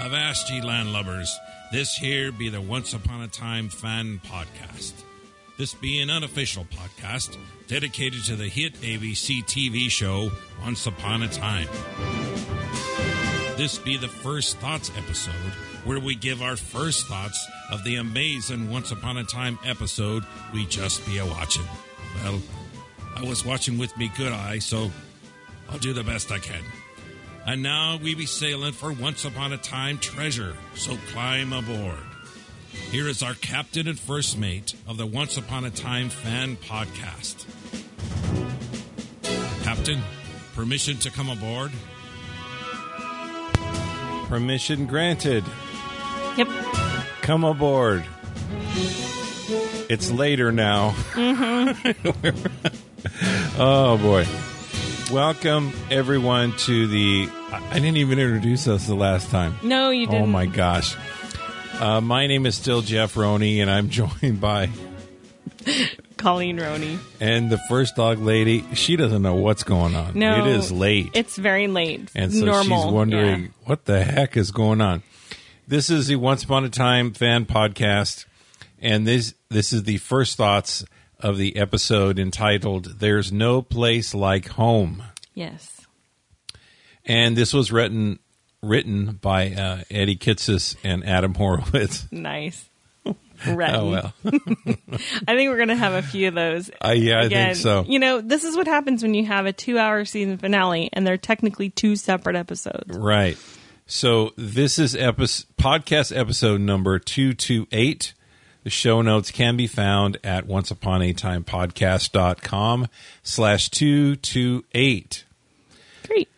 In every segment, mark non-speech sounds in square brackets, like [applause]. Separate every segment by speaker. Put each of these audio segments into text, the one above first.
Speaker 1: Avast ye landlubbers, this here be the Once Upon a Time fan podcast. This be an unofficial podcast dedicated to the hit ABC TV show Once Upon a Time. This be the First Thoughts episode, where we give our first thoughts of the amazing Once Upon a Time episode we just be a watching. Well, I was watching with me good eye, so I'll do the best I can. And now we be sailing for once upon a time treasure, so climb aboard. Here is our captain and first mate of the Once Upon a Time fan podcast. Captain, permission to come aboard?
Speaker 2: Permission granted.
Speaker 3: Yep.
Speaker 2: Come aboard. It's later now. [laughs] oh, boy. Welcome, everyone, to the. I I didn't even introduce us the last time.
Speaker 3: No, you didn't.
Speaker 2: Oh, my gosh. Uh, my name is still Jeff Roney, and I'm [laughs] joined by.
Speaker 3: Colleen Roney.
Speaker 2: And the first dog lady, she doesn't know what's going on.
Speaker 3: No.
Speaker 2: It is late.
Speaker 3: It's very late.
Speaker 2: And so
Speaker 3: Normal.
Speaker 2: she's wondering
Speaker 3: Yeah.
Speaker 2: what the heck is going on. This is the Once Upon a Time fan podcast, and this this is the first thoughts of the episode entitled "There's No Place Like Home,"
Speaker 3: Yes.
Speaker 2: and this was written written by uh, Eddie Kitsis and Adam Horowitz.
Speaker 3: [laughs] Nice. Red.
Speaker 2: [laughs] Oh well,
Speaker 3: I think we're going to have a few of those.
Speaker 2: Uh, yeah, I
Speaker 3: Again,
Speaker 2: think so.
Speaker 3: You know, this is what happens when you have a two hour season finale and they're technically two separate episodes.
Speaker 2: Right. So this is episode, podcast episode number 228. The show notes can be found at onceuponatimepodcast.com slash 228.
Speaker 3: Great.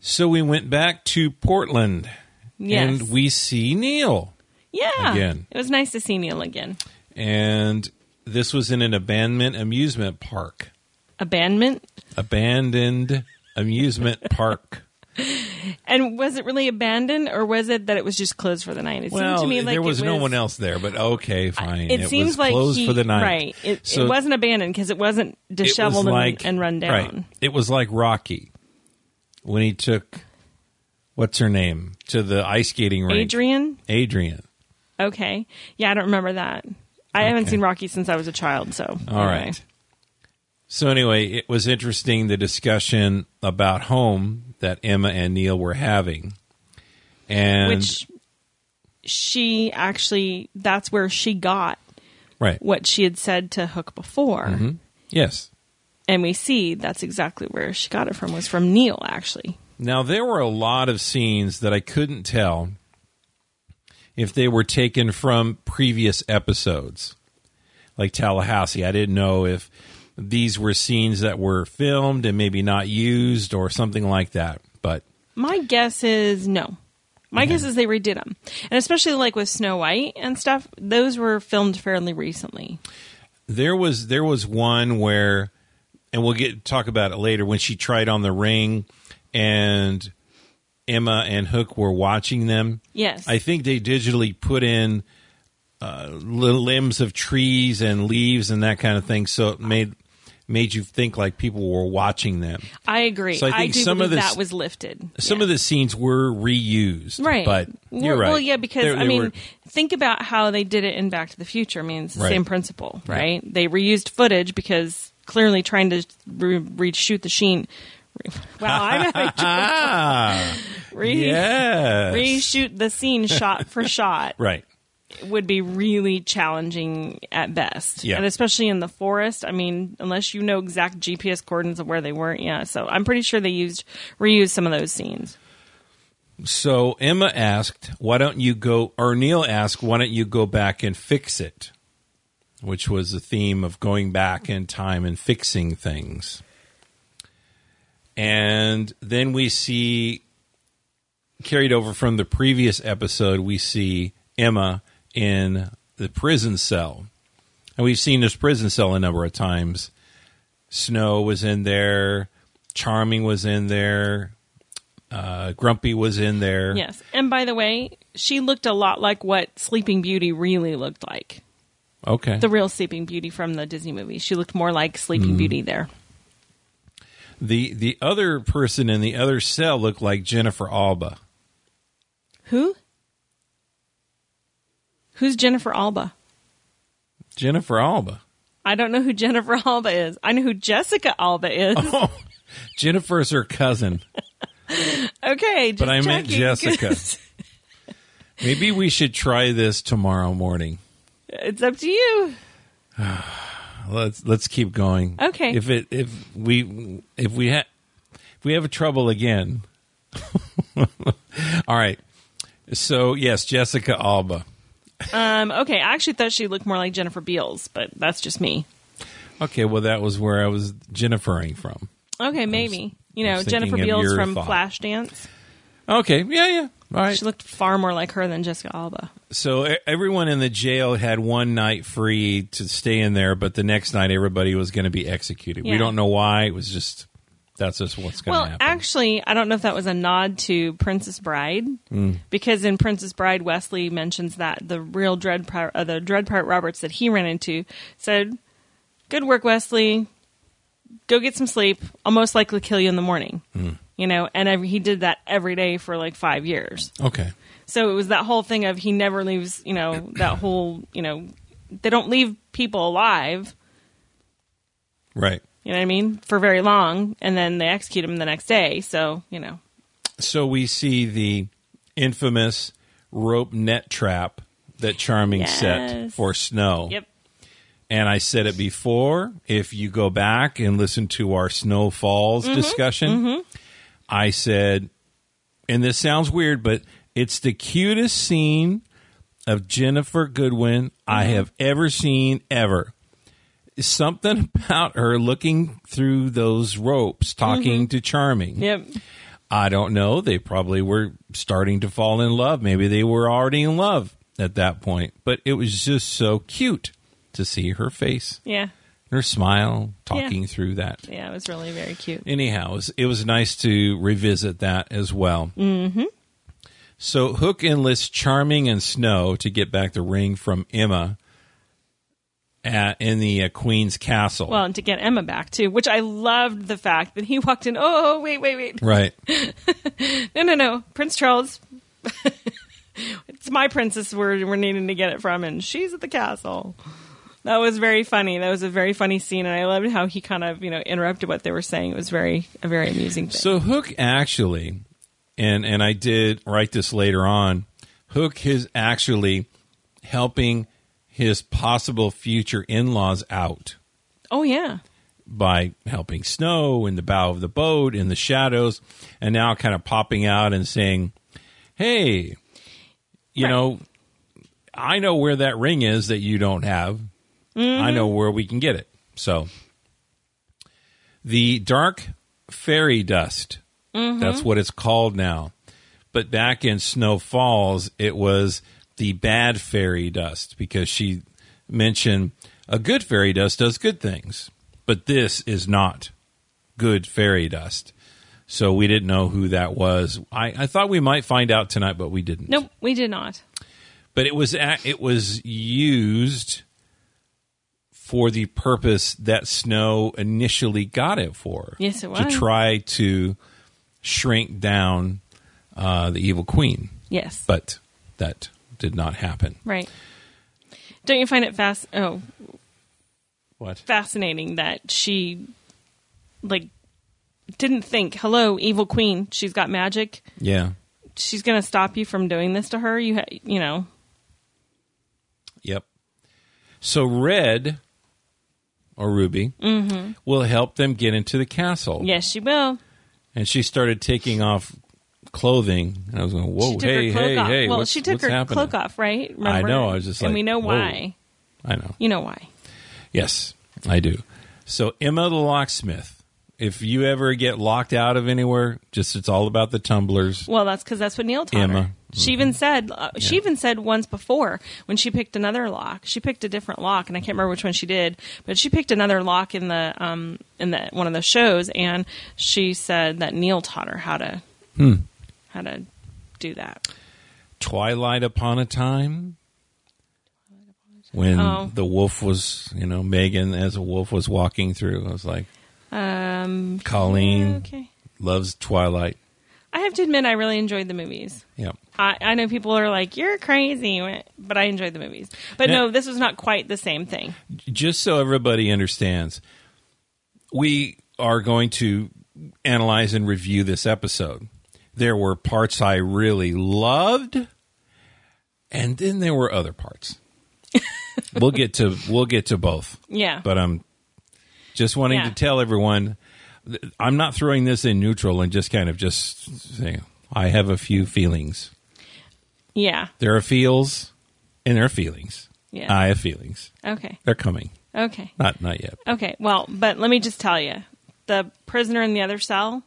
Speaker 2: So we went back to Portland.
Speaker 3: Yes.
Speaker 2: And we see Neil.
Speaker 3: Yeah.
Speaker 2: Again.
Speaker 3: It was nice to see Neil again.
Speaker 2: And this was in an abandoned amusement park.
Speaker 3: Abandonment.
Speaker 2: Abandoned amusement [laughs] park.
Speaker 3: And was it really abandoned or was it that it was just closed for the night? It seemed to me like
Speaker 2: there
Speaker 3: it
Speaker 2: was, no one else there, but okay, fine.
Speaker 3: It, seems
Speaker 2: was
Speaker 3: like
Speaker 2: closed
Speaker 3: he-
Speaker 2: for the night.
Speaker 3: Right. It,
Speaker 2: So-
Speaker 3: it wasn't abandoned because it wasn't
Speaker 2: It was
Speaker 3: disheveled and, and run down.
Speaker 2: Right. It was like Rocky when he took what's her name to the ice skating rink.
Speaker 3: Adrian.
Speaker 2: Adrian.
Speaker 3: Okay. Yeah, I don't remember that. I haven't
Speaker 2: Okay.
Speaker 3: seen Rocky since I was a child, so.
Speaker 2: All right.
Speaker 3: anyway.
Speaker 2: So anyway, it was interesting the discussion about home that Emma and Neil were having, and
Speaker 3: Which she actually, that's where she got
Speaker 2: right,
Speaker 3: what she had said to Hook before.
Speaker 2: Mm-hmm. yes.
Speaker 3: And we see that's exactly where she got it from, was from Neil, actually.
Speaker 2: Now there were a lot of scenes that I couldn't tell if they were taken from previous episodes, like Tallahassee. I didn't know if these were scenes that were filmed and maybe not used or something like that. But
Speaker 3: My guess is no. My guess is they redid them. And especially like with Snow White and stuff, those were filmed fairly recently.
Speaker 2: there was there was one where, and we'll get talk about it later when she tried on the ring, and Emma and Hook were watching them.
Speaker 3: Yes.
Speaker 2: I think they digitally put in uh, li- limbs of trees and leaves and that kind of thing, so it made made you think like people were watching them.
Speaker 3: I agree.
Speaker 2: So I
Speaker 3: I,
Speaker 2: think
Speaker 3: do
Speaker 2: some of
Speaker 3: believe
Speaker 2: this-
Speaker 3: that was lifted.
Speaker 2: Some of the scenes were reused,
Speaker 3: right,
Speaker 2: But
Speaker 3: Well-
Speaker 2: you're right.
Speaker 3: Well, yeah, because
Speaker 2: They-
Speaker 3: I
Speaker 2: they
Speaker 3: mean,
Speaker 2: were-
Speaker 3: think about how they did it in Back to the Future. I mean, it's the
Speaker 2: Right.
Speaker 3: same principle, right? They reused footage because clearly trying to re- reshoot the [laughs] sheen. Wow, I'm having
Speaker 2: ah, [laughs]
Speaker 3: trouble. re-
Speaker 2: yes,
Speaker 3: reshoot the scene shot for
Speaker 2: [laughs]
Speaker 3: shot
Speaker 2: right,
Speaker 3: would be really challenging at best.
Speaker 2: Yeah.
Speaker 3: And especially in the forest. I mean, unless you know exact GPS coordinates of where they were. Yeah. So I'm pretty sure they used reused some of those scenes.
Speaker 2: So Emma asked, "Why don't you go?" Or Neil asked, "Why don't you go back and fix it?" Which was the theme of going back in time and fixing things. And then we see carried over from the previous episode, we see Emma in the prison cell, and we've seen this prison cell a number of times. Snow was in there, Charming was in there, uh, Grumpy was in there.
Speaker 3: Yes. And by the way, she looked a lot like what Sleeping Beauty really looked like.
Speaker 2: Okay.
Speaker 3: The real Sleeping Beauty from the Disney movie. She looked more like
Speaker 2: Mm-hmm.
Speaker 3: Sleeping Beauty there.
Speaker 2: The the other person in the other cell looked like Jennifer Alba.
Speaker 3: Who? Who's Jennifer Alba?
Speaker 2: Jennifer Alba. [laughs]
Speaker 3: I don't know who Jennifer [laughs] Alba is. I know who Jessica Alba is.
Speaker 2: Oh, Jennifer's her cousin,
Speaker 3: Okay, just
Speaker 2: Oh. but I meant
Speaker 3: checking,
Speaker 2: Jessica.
Speaker 3: 'cause
Speaker 2: Maybe we should try this tomorrow morning.
Speaker 3: [laughs] It's up to you.
Speaker 2: Let's let's keep going.
Speaker 3: Okay.
Speaker 2: If it if we if we ha- if we have trouble again. [laughs] All right. So yes, Jessica Alba.
Speaker 3: Um, okay, I actually thought she looked more like Jennifer Beals, but that's just me.
Speaker 2: Okay, well that was where I was Jennifering from.
Speaker 3: Okay, maybe. You know,
Speaker 2: was
Speaker 3: Jennifer
Speaker 2: thinking of
Speaker 3: Beals
Speaker 2: your
Speaker 3: from
Speaker 2: thought.
Speaker 3: Flashdance.
Speaker 2: Okay, yeah, yeah. All right.
Speaker 3: She looked far more like her than Jessica Alba.
Speaker 2: So e- everyone in the jail had one night free to stay in there, but the next night everybody was going to be executed. We
Speaker 3: Yeah.
Speaker 2: don't know why. It was just that's just what's going to
Speaker 3: Well,
Speaker 2: happen.
Speaker 3: actually, I don't know if that was a nod to Princess Bride,
Speaker 2: Mm.
Speaker 3: because in Princess Bride, Wesley mentions that the real Dread Pirate, uh, the Dread Pirate Roberts that he ran into said, "Good work, Wesley. Go get some sleep. I'll most likely kill you in the morning."
Speaker 2: Mm.
Speaker 3: You know, and every, he did that every day for like five years.
Speaker 2: okay.
Speaker 3: So it was that whole thing of he never leaves. You know, that whole you know, they don't leave people alive.
Speaker 2: Right.
Speaker 3: You know what I mean? For very long, and then they execute him the next day. So you know.
Speaker 2: So we see the infamous rope net trap that Charming set
Speaker 3: Yes.
Speaker 2: for Snow.
Speaker 3: Yep.
Speaker 2: And I said it before. If you go back and listen to our Snow Falls discussion, I said, and this sounds weird, but it's the cutest scene of Jennifer Goodwin I have ever seen ever. Something [laughs] about her looking through those ropes, talking to Charming.
Speaker 3: Yep.
Speaker 2: I don't know. They probably were starting to fall in love. Maybe they were already in love at that point. But it was just so cute to see her face,
Speaker 3: Yeah.
Speaker 2: her smile, talking through that.
Speaker 3: Yeah, it was really very cute.
Speaker 2: Anyhow, it was, it was nice to revisit that as well. Mm-hmm. So Hook enlists Charming and Snow to get back the ring from Emma at, in the uh, Queen's Castle.
Speaker 3: Well, and to get Emma back too, which I loved the fact that he walked in. Oh, wait, wait, wait.
Speaker 2: right.
Speaker 3: No, no, no. Prince Charles. [laughs] it's my princess we're, we're needing to get it from, and she's at the castle. That was very funny. That was a very funny scene, and I loved how he kind of, you know, interrupted what they were saying. It was very, a very amusing thing.
Speaker 2: So Hook actually, and and I did write this later on. Hook is actually helping his possible future in-laws out
Speaker 3: oh, yeah.
Speaker 2: by helping Snow in the bow of the boat in the shadows, and now kind of popping out and saying, "Hey, you
Speaker 3: Right.
Speaker 2: know, I know where that ring is that you don't have. I know where we can get it." So the dark fairy dust. That's what it's called now. But back in Snow Falls, it was the bad fairy dust because she mentioned a good fairy dust does good things, but this is not good fairy dust. So we didn't know who that was. I, I thought we might find out tonight, but we didn't.
Speaker 3: Nope, we did not.
Speaker 2: But it was a it was used for the purpose that Snow initially got it for.
Speaker 3: Yes, it
Speaker 2: To
Speaker 3: was.
Speaker 2: try to shrink down uh, the evil queen,
Speaker 3: Yes.
Speaker 2: but that did not happen.
Speaker 3: right. Don't you find it fast? Oh,
Speaker 2: What?
Speaker 3: fascinating that she like didn't think hello evil queen she's got magic
Speaker 2: Yeah.
Speaker 3: she's going to stop you from doing this to her you ha- you know
Speaker 2: Yep. So red or ruby
Speaker 3: Mm-hmm.
Speaker 2: will help them get into the castle.
Speaker 3: yes she will
Speaker 2: And she started taking off clothing, and I was going, "Whoa,
Speaker 3: she took
Speaker 2: hey,
Speaker 3: her cloak
Speaker 2: hey,
Speaker 3: off
Speaker 2: hey!"
Speaker 3: well
Speaker 2: what's-
Speaker 3: she took
Speaker 2: what's
Speaker 3: her
Speaker 2: happening?
Speaker 3: cloak off right Remember?
Speaker 2: know, I was just
Speaker 3: and
Speaker 2: like,
Speaker 3: we know
Speaker 2: whoa.
Speaker 3: why
Speaker 2: I know.
Speaker 3: you know why
Speaker 2: Yes, I do. So Emma the locksmith. If you ever get locked out of anywhere, just it's all about the tumblers.
Speaker 3: well that's because that's what neil taught
Speaker 2: Emma. Mm-hmm.
Speaker 3: her she even said uh, she even said once before when she picked another lock she picked a different lock and i can't remember which one she did but she picked another lock in the um in the one of the shows and she said that neil taught her how to
Speaker 2: Hmm.
Speaker 3: how to do that
Speaker 2: Twilight upon a time. When
Speaker 3: Oh.
Speaker 2: the wolf was, you know, Megan as a wolf was walking through, I was like,
Speaker 3: um
Speaker 2: Colleen
Speaker 3: okay
Speaker 2: loves Twilight.
Speaker 3: i have to admit, I really enjoyed the movies.
Speaker 2: Yeah.
Speaker 3: I, I know people are like, "You're crazy," but I enjoyed the movies. But
Speaker 2: Now-
Speaker 3: no, this was not quite the same thing.
Speaker 2: just so everybody understands, we are going to analyze and review this episode. There were parts I really loved, and then there were
Speaker 3: [laughs]
Speaker 2: other parts. we'll get to we'll get to both,
Speaker 3: Yeah,
Speaker 2: but I'm just wanting
Speaker 3: Yeah.
Speaker 2: to tell everyone th- I'm not throwing this in neutral and just kind of just saying I have a few feelings.
Speaker 3: yeah,
Speaker 2: There are feels and there are feelings.
Speaker 3: Yeah.
Speaker 2: I have feelings.
Speaker 3: okay,
Speaker 2: They're coming.
Speaker 3: okay,
Speaker 2: Not not yet.
Speaker 3: okay. Well, but let me just tell you, the prisoner in the other cell,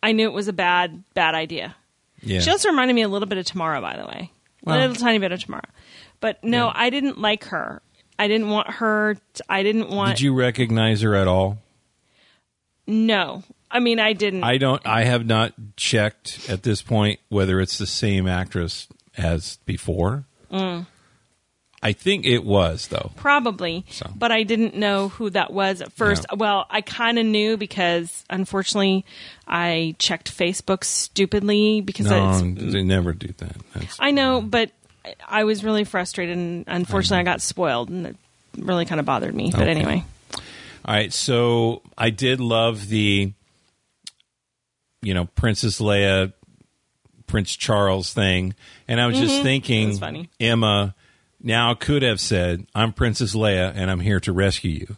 Speaker 3: I knew it was a bad, bad idea.
Speaker 2: Yeah.
Speaker 3: She also reminded me a little bit of Tomorrow, by the way. a
Speaker 2: Well-
Speaker 3: little tiny bit of Tomorrow. But no, I didn't like her. I didn't want her. t I didn't want.
Speaker 2: Did you recognize her at all?
Speaker 3: No, I mean I didn't.
Speaker 2: I don't. I have not checked at this point whether it's the same actress as before. I think it was though.
Speaker 3: Probably,
Speaker 2: So.
Speaker 3: but I didn't know who that was at first.
Speaker 2: Yeah.
Speaker 3: Well, I kind of knew because unfortunately, I checked Facebook stupidly because
Speaker 2: No,
Speaker 3: it's
Speaker 2: they never do that. That's,
Speaker 3: I know, but I- I was really frustrated, and unfortunately, I, got spoiled, and it really kind of bothered me. But
Speaker 2: Okay.
Speaker 3: anyway,
Speaker 2: all right. So I did love the, you know, Princess Leia, Prince Charles thing, and I was just thinking,
Speaker 3: That's Mm-hmm. funny.
Speaker 2: Emma now could have said, "I'm Princess Leia, and I'm here to
Speaker 3: [laughs]
Speaker 2: rescue you,"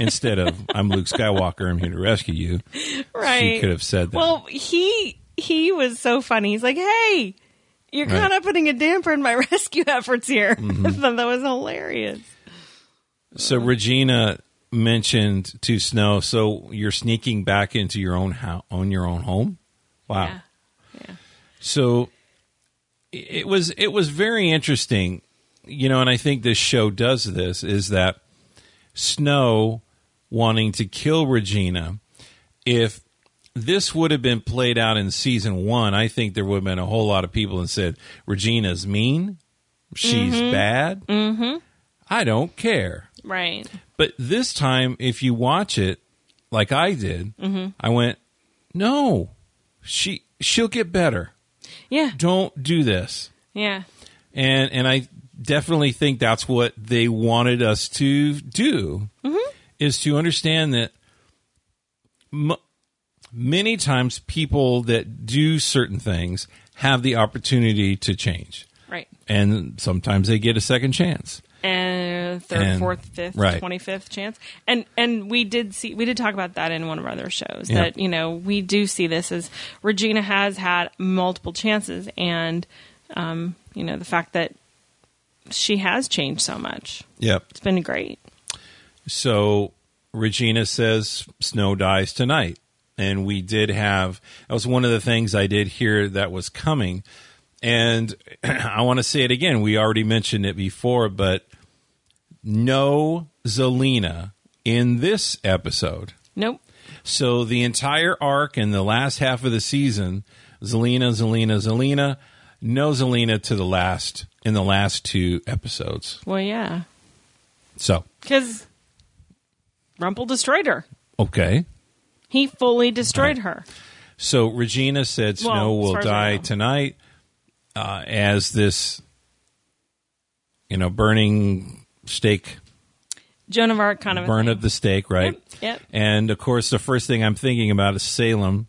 Speaker 2: instead of "I'm Luke Skywalker, I'm here to rescue you."
Speaker 3: right?
Speaker 2: She could have said that.
Speaker 3: Well, he he was so funny. He's like, "Hey, you're
Speaker 2: Right. Mm-hmm.
Speaker 3: kind of putting a damper in my [laughs] rescue efforts here." [laughs] I thought that was hilarious.
Speaker 2: so Regina mentioned to Snow, so you're sneaking back into your own house, on your own home. Wow.
Speaker 3: Yeah.
Speaker 2: So i- it was it was very interesting, you know, and I think this show does this is that Snow wanting to kill Regina. If this would have been played out in season one, I think there would have been a whole lot of people and said Regina's mean, she's bad. Mm-hmm. I don't care.
Speaker 3: Right.
Speaker 2: But this time, if you watch it like I did, I went, no, she she'll get better.
Speaker 3: Yeah.
Speaker 2: Don't do this.
Speaker 3: Yeah.
Speaker 2: And and I definitely think that's what they wanted us to do is to understand that m- many times people that do certain things have the opportunity to change,
Speaker 3: Right.
Speaker 2: and sometimes they get a second chance.
Speaker 3: and third,
Speaker 2: And-
Speaker 3: fourth, fifth,
Speaker 2: right.
Speaker 3: twenty fifth chance. And and we did see we did talk about that in one of our other shows
Speaker 2: Yeah.
Speaker 3: that you know we do see this as Regina has had multiple chances, and um, you know the fact that she has changed so much.
Speaker 2: Yep.
Speaker 3: It's been great.
Speaker 2: So Regina says snow dies tonight. And we did have, that was one of the things I did hear that was coming. And [clears throat] I want to say it again. We already mentioned it before, but no Zelina in this episode.
Speaker 3: Nope.
Speaker 2: So the entire arc and the last half of the season, Zelina, Zelina, Zelina, no Zelina to the last, in the last two episodes.
Speaker 3: Well, yeah,
Speaker 2: So,
Speaker 3: because Rumple destroyed her.
Speaker 2: okay.
Speaker 3: He fully destroyed her.
Speaker 2: So Regina said Snow
Speaker 3: Well, as
Speaker 2: will
Speaker 3: far as I
Speaker 2: die
Speaker 3: know.
Speaker 2: tonight uh, as this, you know, burning stake,
Speaker 3: Joan of Arc kind of a
Speaker 2: burn
Speaker 3: thing.
Speaker 2: of the stake, right?
Speaker 3: Yep, yep.
Speaker 2: And of course, the first thing I'm thinking about is Salem,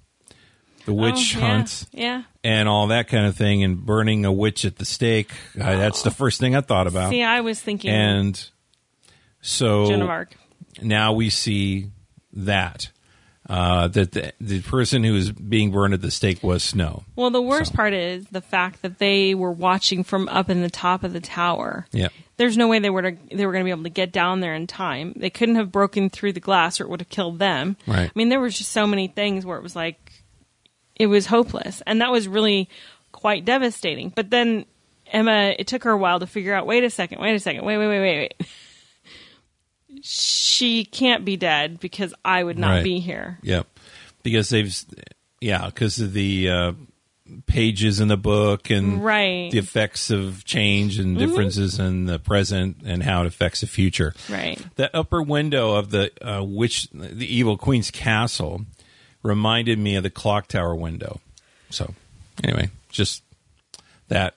Speaker 2: the witch
Speaker 3: Oh, yeah,
Speaker 2: hunt,
Speaker 3: Yeah.
Speaker 2: and all that kind of thing, and burning a witch at the stake. Uh, that's the first thing I thought about.
Speaker 3: See, I was thinking
Speaker 2: and so
Speaker 3: Joan of Arc.
Speaker 2: now we see that uh, that the, the person who was being burned at the stake was Snow.
Speaker 3: Well, the worst
Speaker 2: So-
Speaker 3: part is the fact that they were watching from up in the top of the tower.
Speaker 2: Yeah.
Speaker 3: There's no way they were to, they were going to be able to get down there in time. They couldn't have broken through the glass, or it would have killed them.
Speaker 2: Right.
Speaker 3: I mean, there was just so many things where it was like it was hopeless, and that was really quite devastating. But then Emma, it took her a while to figure out. Wait a second. Wait a second. Wait. Wait. Wait. Wait. [laughs] Wait. She can't be dead because I would not
Speaker 2: Right.
Speaker 3: be here.
Speaker 2: Yep. Because they've, yeah, because of the uh, pages in the book and
Speaker 3: Right.
Speaker 2: the effects of change and differences in the present and how it affects the future.
Speaker 3: Right.
Speaker 2: That upper window of the uh, which the evil queen's castle reminded me of the clock tower window. So, anyway, just that.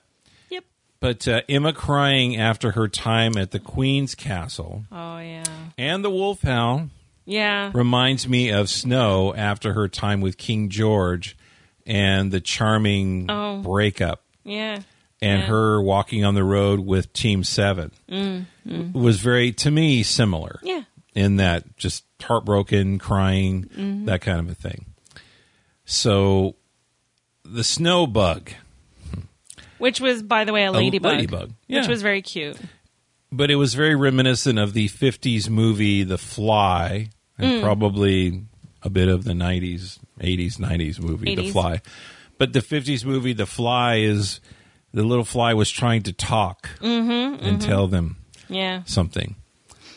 Speaker 3: Yep.
Speaker 2: But uh, Emma crying after her time at the Queen's Castle
Speaker 3: Oh yeah.
Speaker 2: and the Wolf Hound
Speaker 3: Yeah.
Speaker 2: reminds me of Snow after her time with King George and the charming
Speaker 3: Oh.
Speaker 2: breakup
Speaker 3: Yeah.
Speaker 2: and
Speaker 3: Yeah.
Speaker 2: her walking on the road with Team 7 was very, to me, similar
Speaker 3: Mm-hmm. Yeah.
Speaker 2: in that just heartbroken, crying,
Speaker 3: Mm-hmm.
Speaker 2: that kind of a thing. So the snow bug,
Speaker 3: Which was, by the way, a ladybug.
Speaker 2: ladybug. Yeah.
Speaker 3: Which was very cute.
Speaker 2: but it was very reminiscent of the 50s movie The Fly and probably a bit of the 90s, 80s, 90s movie The
Speaker 3: 80s.
Speaker 2: Fly. But the 50s movie The Fly is the little fly was trying to talk and tell them
Speaker 3: Yeah.
Speaker 2: something.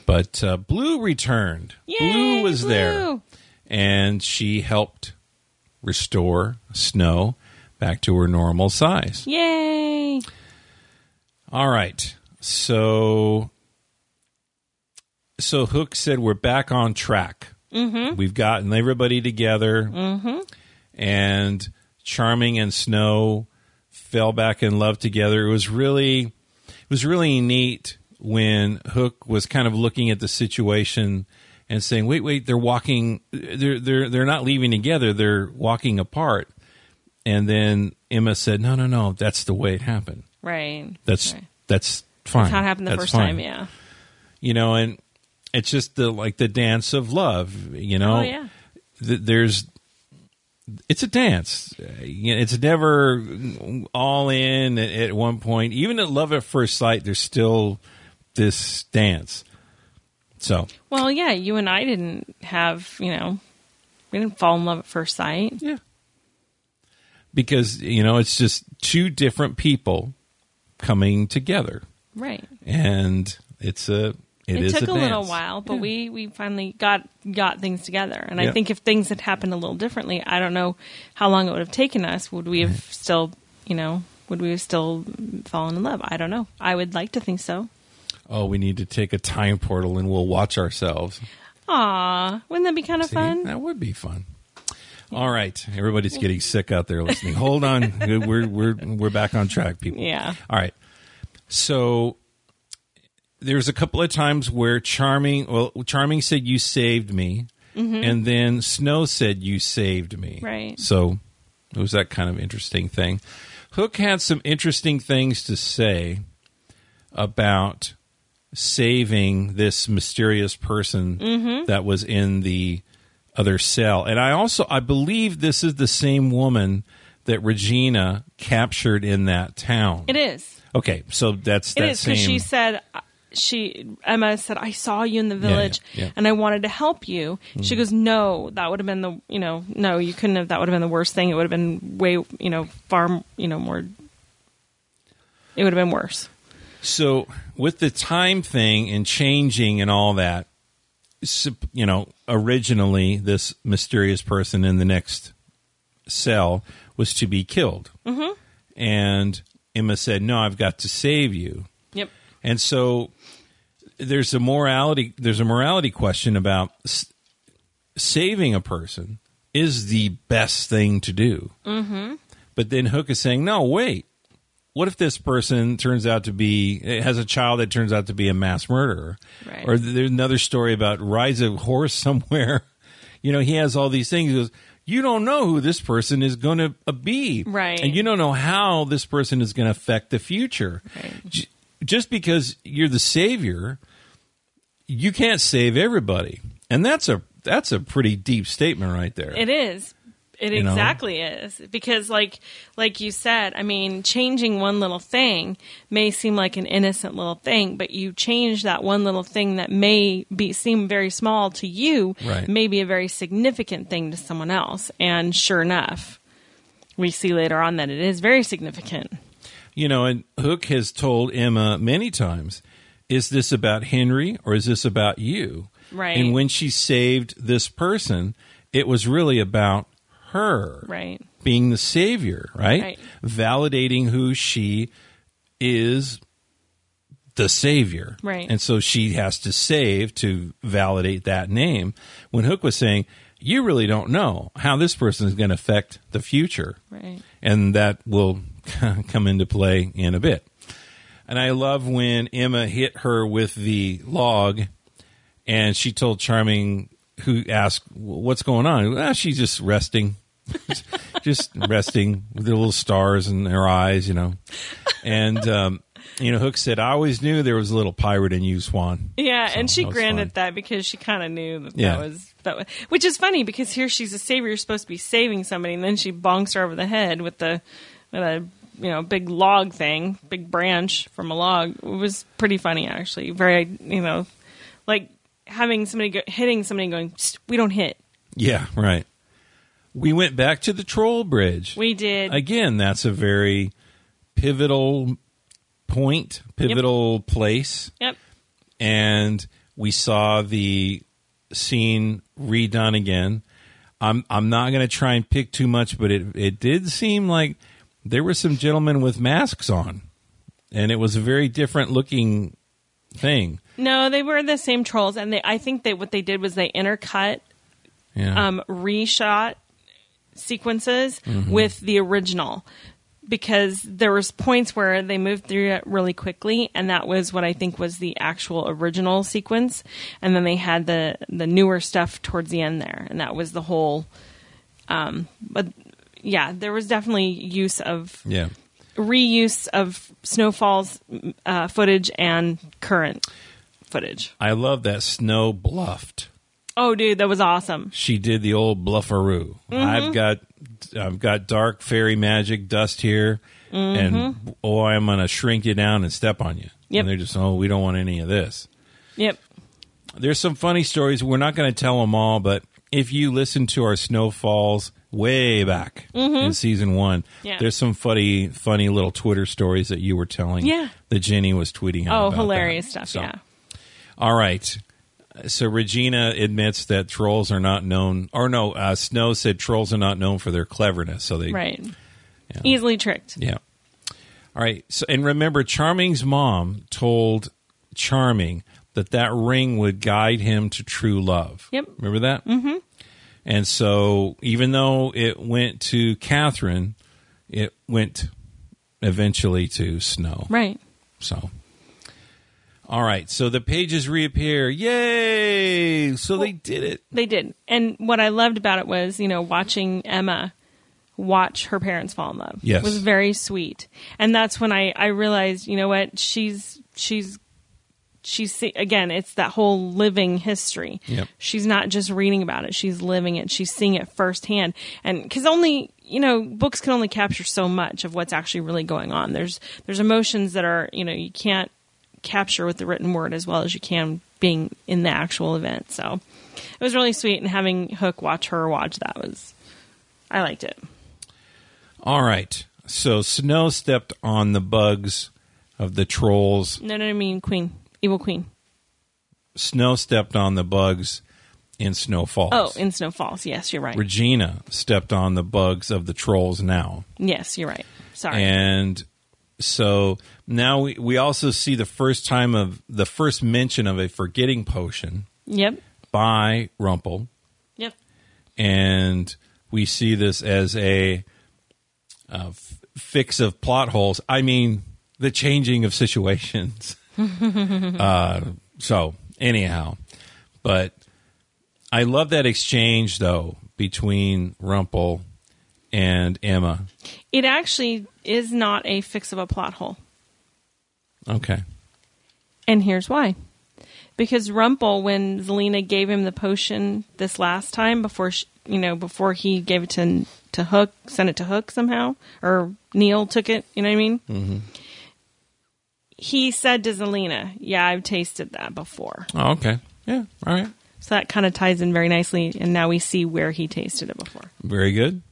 Speaker 2: But uh, Blue returned.
Speaker 3: Yay,
Speaker 2: Blue was there.
Speaker 3: Blue.
Speaker 2: And she helped restore Snow back to her normal size.
Speaker 3: Yay.
Speaker 2: All right. So so Hook said we're back on track. Mm-hmm. We've gotten everybody together. Mm-hmm. And Charming and Snow fell back in love together. It was really it was really neat when Hook was kind of looking at the situation and saying, "Wait, wait, they're walking they're they're they're not leaving together. They're walking apart." And then Emma said, "No, no, no. That's the way it happened."
Speaker 3: Right.
Speaker 2: That's
Speaker 3: Right.
Speaker 2: that's fine.
Speaker 3: That's how it happened the
Speaker 2: That's
Speaker 3: first
Speaker 2: fine.
Speaker 3: time. Yeah.
Speaker 2: You know, and it's just the like the dance of love. You know,
Speaker 3: Oh, yeah.
Speaker 2: Th- there's it's a dance. Uh, you know, It's never all in at, at one point. Even at love at first sight, there's still this dance. So
Speaker 3: Well, yeah. You and I didn't have, you know, we didn't fall in love at first sight.
Speaker 2: yeah, because you know, it's just two different people coming together,
Speaker 3: Right.
Speaker 2: and it's a
Speaker 3: It,
Speaker 2: is
Speaker 3: took a,
Speaker 2: dance.
Speaker 3: little while, but we we finally got got things together. And
Speaker 2: Yeah.
Speaker 3: I think if things had happened a little differently, I don't know how long it would have taken us. Would we have
Speaker 2: Mm-hmm.
Speaker 3: still, you know, would we have still fallen in love? I don't know. I would like to think so.
Speaker 2: Oh, we need to take a time portal and we'll watch ourselves.
Speaker 3: Aw, wouldn't that be kind of
Speaker 2: See,
Speaker 3: fun?
Speaker 2: That would be fun. All right, everybody's getting sick out there listening. Hold on, [laughs] we're we're we're back on track, people.
Speaker 3: Yeah.
Speaker 2: All right. So there's a couple of times where Charming, well, Charming said you saved me, and then Snow said you saved me.
Speaker 3: Mm-hmm. Right.
Speaker 2: So it was that kind of interesting thing. Hook had some interesting things to say about saving this mysterious person
Speaker 3: Mm-hmm.
Speaker 2: that was in the other cell. And I also I believe this is the same woman that Regina captured in that town.
Speaker 3: It is.
Speaker 2: Okay, so that's
Speaker 3: It
Speaker 2: that
Speaker 3: is
Speaker 2: same.
Speaker 3: because she said uh, she Emma said I saw you in the
Speaker 2: yeah,
Speaker 3: village
Speaker 2: yeah. Mm-hmm.
Speaker 3: and I wanted to help you. She goes, no, that would have been the you know no you couldn't have that would have been the worst thing. It would have been way you know far you know more. It would have been worse.
Speaker 2: so with the time thing and changing and all that, sup- you know, originally this mysterious person in the next cell was to be killed, mm-hmm. and Emma said, "No, I've got to save you."
Speaker 3: Yep.
Speaker 2: And so there's a morality there's a morality question about s- saving a person is the best thing to do. Mm-hmm. But then Hook is saying, no, wait. What if this person turns out to be eh, has a child that turns out to be a mass murderer,
Speaker 3: Right.
Speaker 2: or there's another story about rides a horse [laughs] somewhere. You know, he has all these things. He goes, you don't know who this person is going to uh, be,
Speaker 3: Right.
Speaker 2: And you don't know how this person is going to affect the future.
Speaker 3: Right.
Speaker 2: J- just because you're the savior, you can't save everybody, and that's a that's a pretty deep statement right there.
Speaker 3: It is. It
Speaker 2: You know?
Speaker 3: exactly is because like like you said, I mean, changing one little thing may seem like an innocent little thing, but you change that one little thing that may be seem very small to you
Speaker 2: Right.
Speaker 3: may be a very significant thing to someone else. And sure enough, we see later on that it is very significant.
Speaker 2: you know, and Hook has told Emma many times, is this about Henry or is this about you?
Speaker 3: Right.
Speaker 2: And when she saved this person, it was really about her
Speaker 3: Right.
Speaker 2: being the savior, right?
Speaker 3: Right.
Speaker 2: Validating who she is the savior.
Speaker 3: Right.
Speaker 2: And so she has to save to validate that name. When Hook was saying, you really don't know how this person is going to affect the future.
Speaker 3: Right.
Speaker 2: And that will [laughs] come into play in a bit. And I love when Emma hit her with the log and she told Charming, who asked, What's going on? Ah, she's just resting. [laughs] just resting with the little stars in her eyes, you know. And, um, you know, Hook said, I always knew there was a little pirate in you, Swan.
Speaker 3: Yeah, and
Speaker 2: So
Speaker 3: she
Speaker 2: that was
Speaker 3: grinned
Speaker 2: fun.
Speaker 3: at that because she kind of knew that
Speaker 2: Yeah.
Speaker 3: that was that was, which is funny because here she's a savior, you're supposed to be saving somebody, and then she bonks her over the head with the with a you know big log thing, big branch from a log. It was pretty funny actually. Very you know, like having somebody go, hitting somebody, and going, "Psst, we don't hit,
Speaker 2: Yeah, right. We went back to the troll bridge.
Speaker 3: we did.
Speaker 2: Again, that's a very pivotal point, pivotal place.
Speaker 3: yep,
Speaker 2: And we saw the scene redone again. I'm I'm not going to try and pick too much, but it it did seem like there were some gentlemen with masks on. And it was a very different looking thing.
Speaker 3: no, they were the same trolls, and they I think that what they did was they intercut
Speaker 2: Yeah.
Speaker 3: um, reshot sequences
Speaker 2: Mm-hmm.
Speaker 3: with the original because there was points where they moved through it really quickly and that was what i think was the actual original sequence and then they had the the newer stuff towards the end there and that was the whole um but yeah there was definitely use of
Speaker 2: yeah.
Speaker 3: reuse of snowfalls m- uh, footage and current footage
Speaker 2: I love that snow bluffed.
Speaker 3: oh dude that was awesome
Speaker 2: she did the old bluffaroo.
Speaker 3: Mm-hmm.
Speaker 2: I've got I've got dark fairy magic dust here, and oh, I'm gonna shrink you down and step on you.
Speaker 3: Mm-hmm. Yep.
Speaker 2: And they're just oh, we don't want any of this.
Speaker 3: yep
Speaker 2: There's some funny stories. We're not going to tell them all, but if you listen to our snowfalls way back in season one,
Speaker 3: Mm-hmm. Yeah.
Speaker 2: there's some funny, funny little Twitter stories that you were telling.
Speaker 3: Yeah.
Speaker 2: that Jenny was tweeting. out
Speaker 3: oh
Speaker 2: about
Speaker 3: hilarious stuff
Speaker 2: that. So-
Speaker 3: yeah
Speaker 2: all right. So Regina admits that trolls are not known, or no, uh, Snow said trolls are not known for their cleverness. So they,
Speaker 3: Right. Easily tricked.
Speaker 2: yeah. All right. So and remember, Charming's mom told Charming that that ring would guide him to true love.
Speaker 3: Yep.
Speaker 2: Remember that. Mm-hmm. And so, even though it went to Catherine, it went eventually to Snow.
Speaker 3: Right.
Speaker 2: So, all right. So the pages reappear. Yay! So they did it.
Speaker 3: They did. And what I loved about it was, you know, watching Emma watch her parents fall in love.
Speaker 2: Yes.
Speaker 3: Was very sweet. And that's when I, I realized, you know what, she's she's she's see- again, it's that whole living history.
Speaker 2: Yep.
Speaker 3: She's not just reading about it, she's living it. She's seeing it firsthand. And cuz only, you know, books can only capture so much of what's actually really going on. There's there's emotions that are, you know, you can't capture with the written word as well as you can being in the actual event. So it was really sweet and having Hook watch her watch that was I liked it.
Speaker 2: All right. So Snow stepped on the bugs of the trolls.
Speaker 3: No, no, I mean Queen, Evil Queen.
Speaker 2: Snow stepped on the bugs in Snow Falls.
Speaker 3: Oh, in Snow Falls. Yes, you're right.
Speaker 2: Regina stepped on the bugs of the trolls now.
Speaker 3: yes, you're right. Sorry.
Speaker 2: And so now we, we also see the first time of the first mention of a forgetting potion
Speaker 3: yep.
Speaker 2: by Rumple.
Speaker 3: Yep.
Speaker 2: and we see this as a uh, f- fix of plot holes. I mean, the changing of situations. uh, so, anyhow, but I love that exchange though between Rumpel and Emma.
Speaker 3: It actually is not a fix of a plot hole.
Speaker 2: Okay,
Speaker 3: And here's why. Because Rumple, when Zelina gave him the potion this last time, before she, you know, before he gave it to to Hook, sent it to Hook somehow, or Neil took it. You know what I mean? Mm-hmm. He said to Zelina, "Yeah, I've tasted that before."
Speaker 2: oh, okay, yeah, all right,
Speaker 3: So that kind of ties in very nicely, and now we see where he tasted it before.
Speaker 2: very good.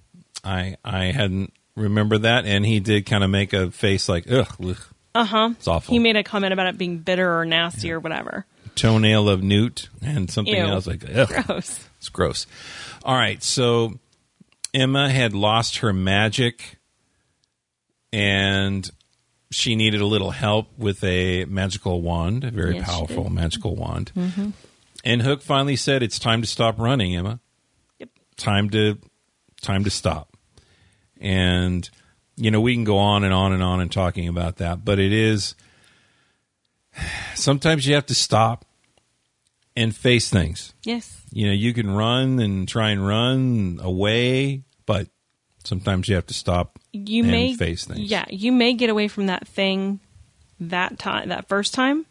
Speaker 2: I I hadn't remembered that, and he did kind of make a face like ugh, ugh.
Speaker 3: Uh huh.
Speaker 2: it's awful.
Speaker 3: He made a comment about it being bitter or nasty or whatever.
Speaker 2: toenail of newt and something
Speaker 3: Ew.
Speaker 2: else like ugh.
Speaker 3: Gross.
Speaker 2: It's gross. All right, so Emma had lost her magic and she needed a little help with a magical wand, a very
Speaker 3: Yes, she Mm-hmm.
Speaker 2: powerful magical wand. And Hook finally said, It's time to stop running, Emma.
Speaker 3: Yep.
Speaker 2: time to time to stop. And you know, we can go on and on and on and talking about that, but it is [sighs] sometimes you have to stop and face things.
Speaker 3: Yes.
Speaker 2: You know, you can run and try and run away, but sometimes you have to stop
Speaker 3: You
Speaker 2: and
Speaker 3: may
Speaker 2: face things.
Speaker 3: Yeah, you may get away from that thing that time that first time,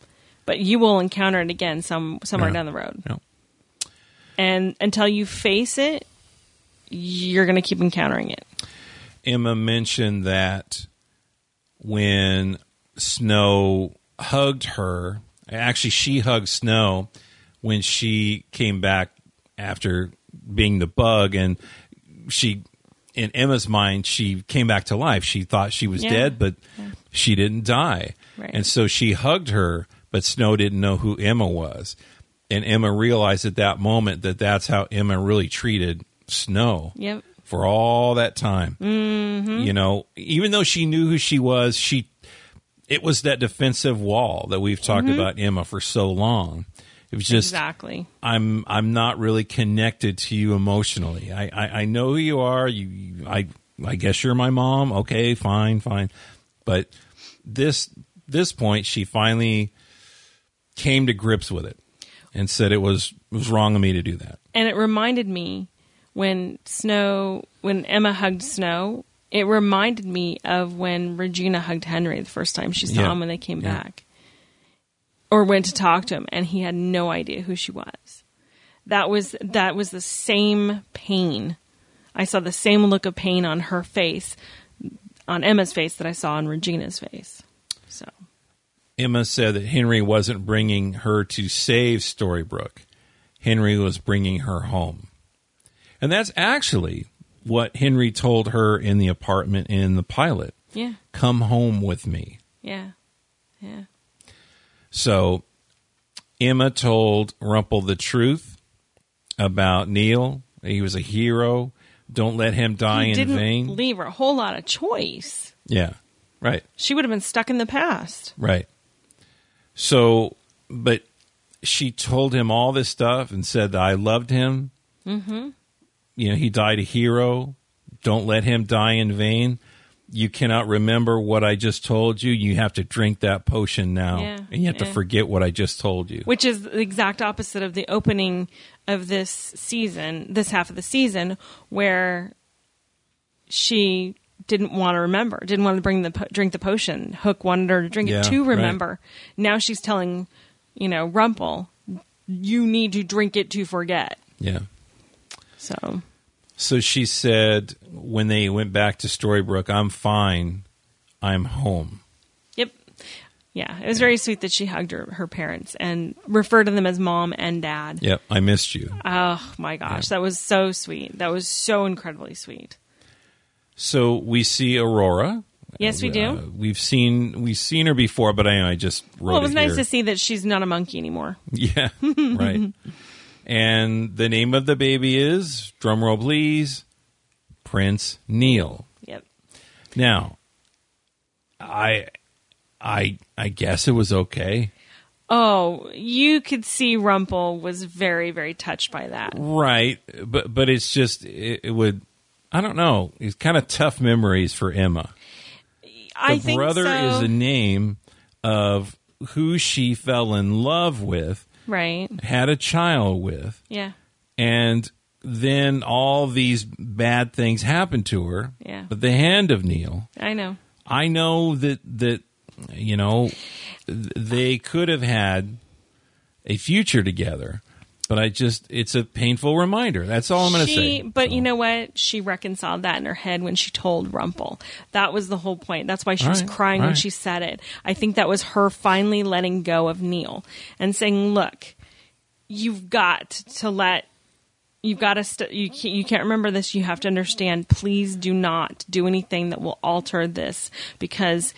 Speaker 3: but you will encounter it again some somewhere
Speaker 2: Yeah.
Speaker 3: down the road.
Speaker 2: Yeah.
Speaker 3: And until you face it, you're going to keep encountering it.
Speaker 2: Emma mentioned that when Snow hugged her, actually, she hugged Snow when she came back after being the bug, and she, in Emma's mind, she came back to life. She thought she was
Speaker 3: Yeah.
Speaker 2: dead, but she didn't die.
Speaker 3: Right.
Speaker 2: And so she hugged her, but Snow didn't know who Emma was. And Emma realized at that moment that that's how Emma really treated Snow
Speaker 3: Yep.
Speaker 2: for all that time. You know, even though she knew who she was, she it was that defensive wall that we've talked about Emma for so long. It was just
Speaker 3: exactly.
Speaker 2: I'm I'm not really connected to you emotionally. I I, I know who you are. You, you I I guess you're my mom. Okay, fine, fine. But this this point, she finally came to grips with it and said it was it was wrong of me to do that.
Speaker 3: and it reminded me when snow when emma hugged snow it reminded me of when regina hugged henry the first time she saw
Speaker 2: Yeah.
Speaker 3: him when they came
Speaker 2: Yeah.
Speaker 3: back or went to talk to him and he had no idea who she was that was that was the same pain i saw the same look of pain on her face on emma's face that i saw on regina's face so
Speaker 2: Emma said that Henry wasn't bringing her to save Storybrooke. Henry was bringing her home. And that's actually what Henry told her in the apartment in the pilot
Speaker 3: yeah
Speaker 2: come home with me.
Speaker 3: yeah yeah
Speaker 2: So Emma told Rumple the truth about Neil. He was a hero. Don't let him die
Speaker 3: he
Speaker 2: in
Speaker 3: didn't
Speaker 2: vain.
Speaker 3: leave her a whole lot of choice
Speaker 2: yeah. Right.
Speaker 3: she would have been stuck in the past.
Speaker 2: Right. So, but she told him all this stuff and said that I loved him. Mm-hmm. You know, he died a hero. Don't let him die in vain. You cannot remember what I just told you. You have to drink that potion now,
Speaker 3: Yeah,
Speaker 2: and you have to
Speaker 3: yeah.
Speaker 2: forget what I just told you.
Speaker 3: Which is the exact opposite of the opening of this season, this half of the season, where she didn't want to remember, didn't want to bring the po- drink the potion. Hook wanted her to drink
Speaker 2: Yeah,
Speaker 3: it to
Speaker 2: right.
Speaker 3: remember. Now she's telling, you know, Rumple, you need to drink it to forget.
Speaker 2: Yeah.
Speaker 3: So
Speaker 2: So she said when they went back to Storybrooke, "I'm fine. I'm home."
Speaker 3: Yep. Yeah, it was very sweet that she hugged her, her parents and referred to them as mom and dad.
Speaker 2: Yep, I missed you.
Speaker 3: Oh my gosh, that was so sweet. That was so incredibly sweet.
Speaker 2: So we see Aurora.
Speaker 3: Yes, we do.
Speaker 2: Uh, we've seen we've seen her before, but I I just wrote
Speaker 3: well, it was nice
Speaker 2: here.
Speaker 3: to see that she's not a monkey anymore.
Speaker 2: [laughs] Yeah,
Speaker 3: [laughs]
Speaker 2: right. And the name of the baby is drumroll please, Prince Neil.
Speaker 3: Yep.
Speaker 2: Now, I, I, I guess it was okay.
Speaker 3: Oh, you could see Rumple was very, very touched by that.
Speaker 2: Right, but but it's just it, it would. I don't know. It's kind of tough memories for Emma.
Speaker 3: I
Speaker 2: the
Speaker 3: think
Speaker 2: brother
Speaker 3: so.
Speaker 2: is a name of who she fell in love with,
Speaker 3: right.
Speaker 2: had a child with,
Speaker 3: Yeah.
Speaker 2: and then all these bad things happened to her.
Speaker 3: Yeah.
Speaker 2: But the hand of Neil,
Speaker 3: I know.
Speaker 2: I know that that you know th- they could have had a future together, but I just it's a painful reminder. That's all I'm going to
Speaker 3: She-
Speaker 2: say. Oh.
Speaker 3: But you
Speaker 2: So,
Speaker 3: know what? She reconciled that in her head when she told Rumple. That was the whole point. That's why she
Speaker 2: All
Speaker 3: was
Speaker 2: right,
Speaker 3: crying
Speaker 2: all
Speaker 3: when
Speaker 2: right.
Speaker 3: she said it. I think that was her finally letting go of Neil and saying, "Look, you've got to let." You've got to. St- you can't, you can't remember this. You have to understand. Please do not do anything that will alter this, because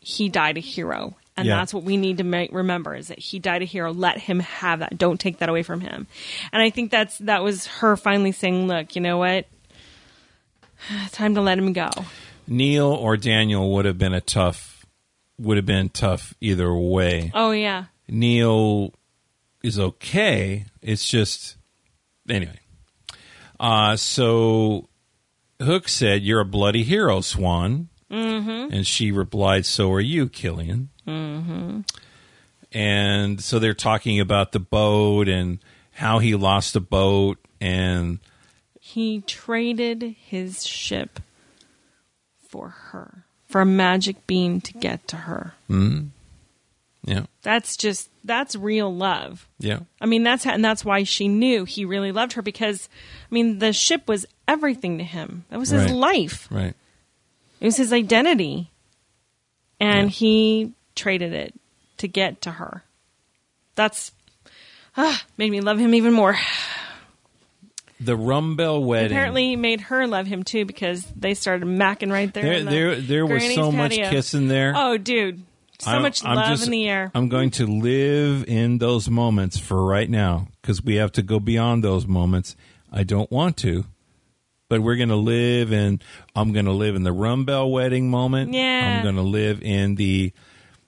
Speaker 3: he died a hero. And
Speaker 2: Yeah.
Speaker 3: that's what we need to make, remember is that he died a hero. Let him have that. Don't take that away from him. And I think that's that was her finally saying, "Look, you know what? [sighs] Time to let him go."
Speaker 2: Neil or Daniel would have been a tough would have been tough either way.
Speaker 3: Oh yeah,
Speaker 2: Neil is okay. It's just anyway. Uh, so Hook said, You're a bloody hero, Swan. Mm-hmm. And she replied, So are you, Killian. Mm-hmm. And so they're talking about the boat and how he lost the boat. And
Speaker 3: He traded his ship for her, for a magic beam to get to her.
Speaker 2: yeah,
Speaker 3: That's just, that's real love.
Speaker 2: yeah,
Speaker 3: I mean, that's how, and that's why she knew he really loved her because, I mean, the ship was everything to him. That was
Speaker 2: Right.
Speaker 3: his life.
Speaker 2: right.
Speaker 3: It was his identity, and
Speaker 2: Yeah.
Speaker 3: he traded it to get to her. That's ah, made me love him even more.
Speaker 2: The Rumbell wedding.
Speaker 3: Apparently, it made her love him too because they started macking right there.
Speaker 2: there,
Speaker 3: in the
Speaker 2: there, there was
Speaker 3: granny's
Speaker 2: so much
Speaker 3: patio.
Speaker 2: kissing there.
Speaker 3: Oh, dude, so
Speaker 2: I'm-
Speaker 3: much
Speaker 2: I'm
Speaker 3: love
Speaker 2: just-
Speaker 3: in the air.
Speaker 2: I'm going to live in those moments for right now because we have to go beyond those moments. I don't want to, but we're going to live in. I'm going to live in the Rumbell wedding moment.
Speaker 3: Yeah.
Speaker 2: I'm going to live in the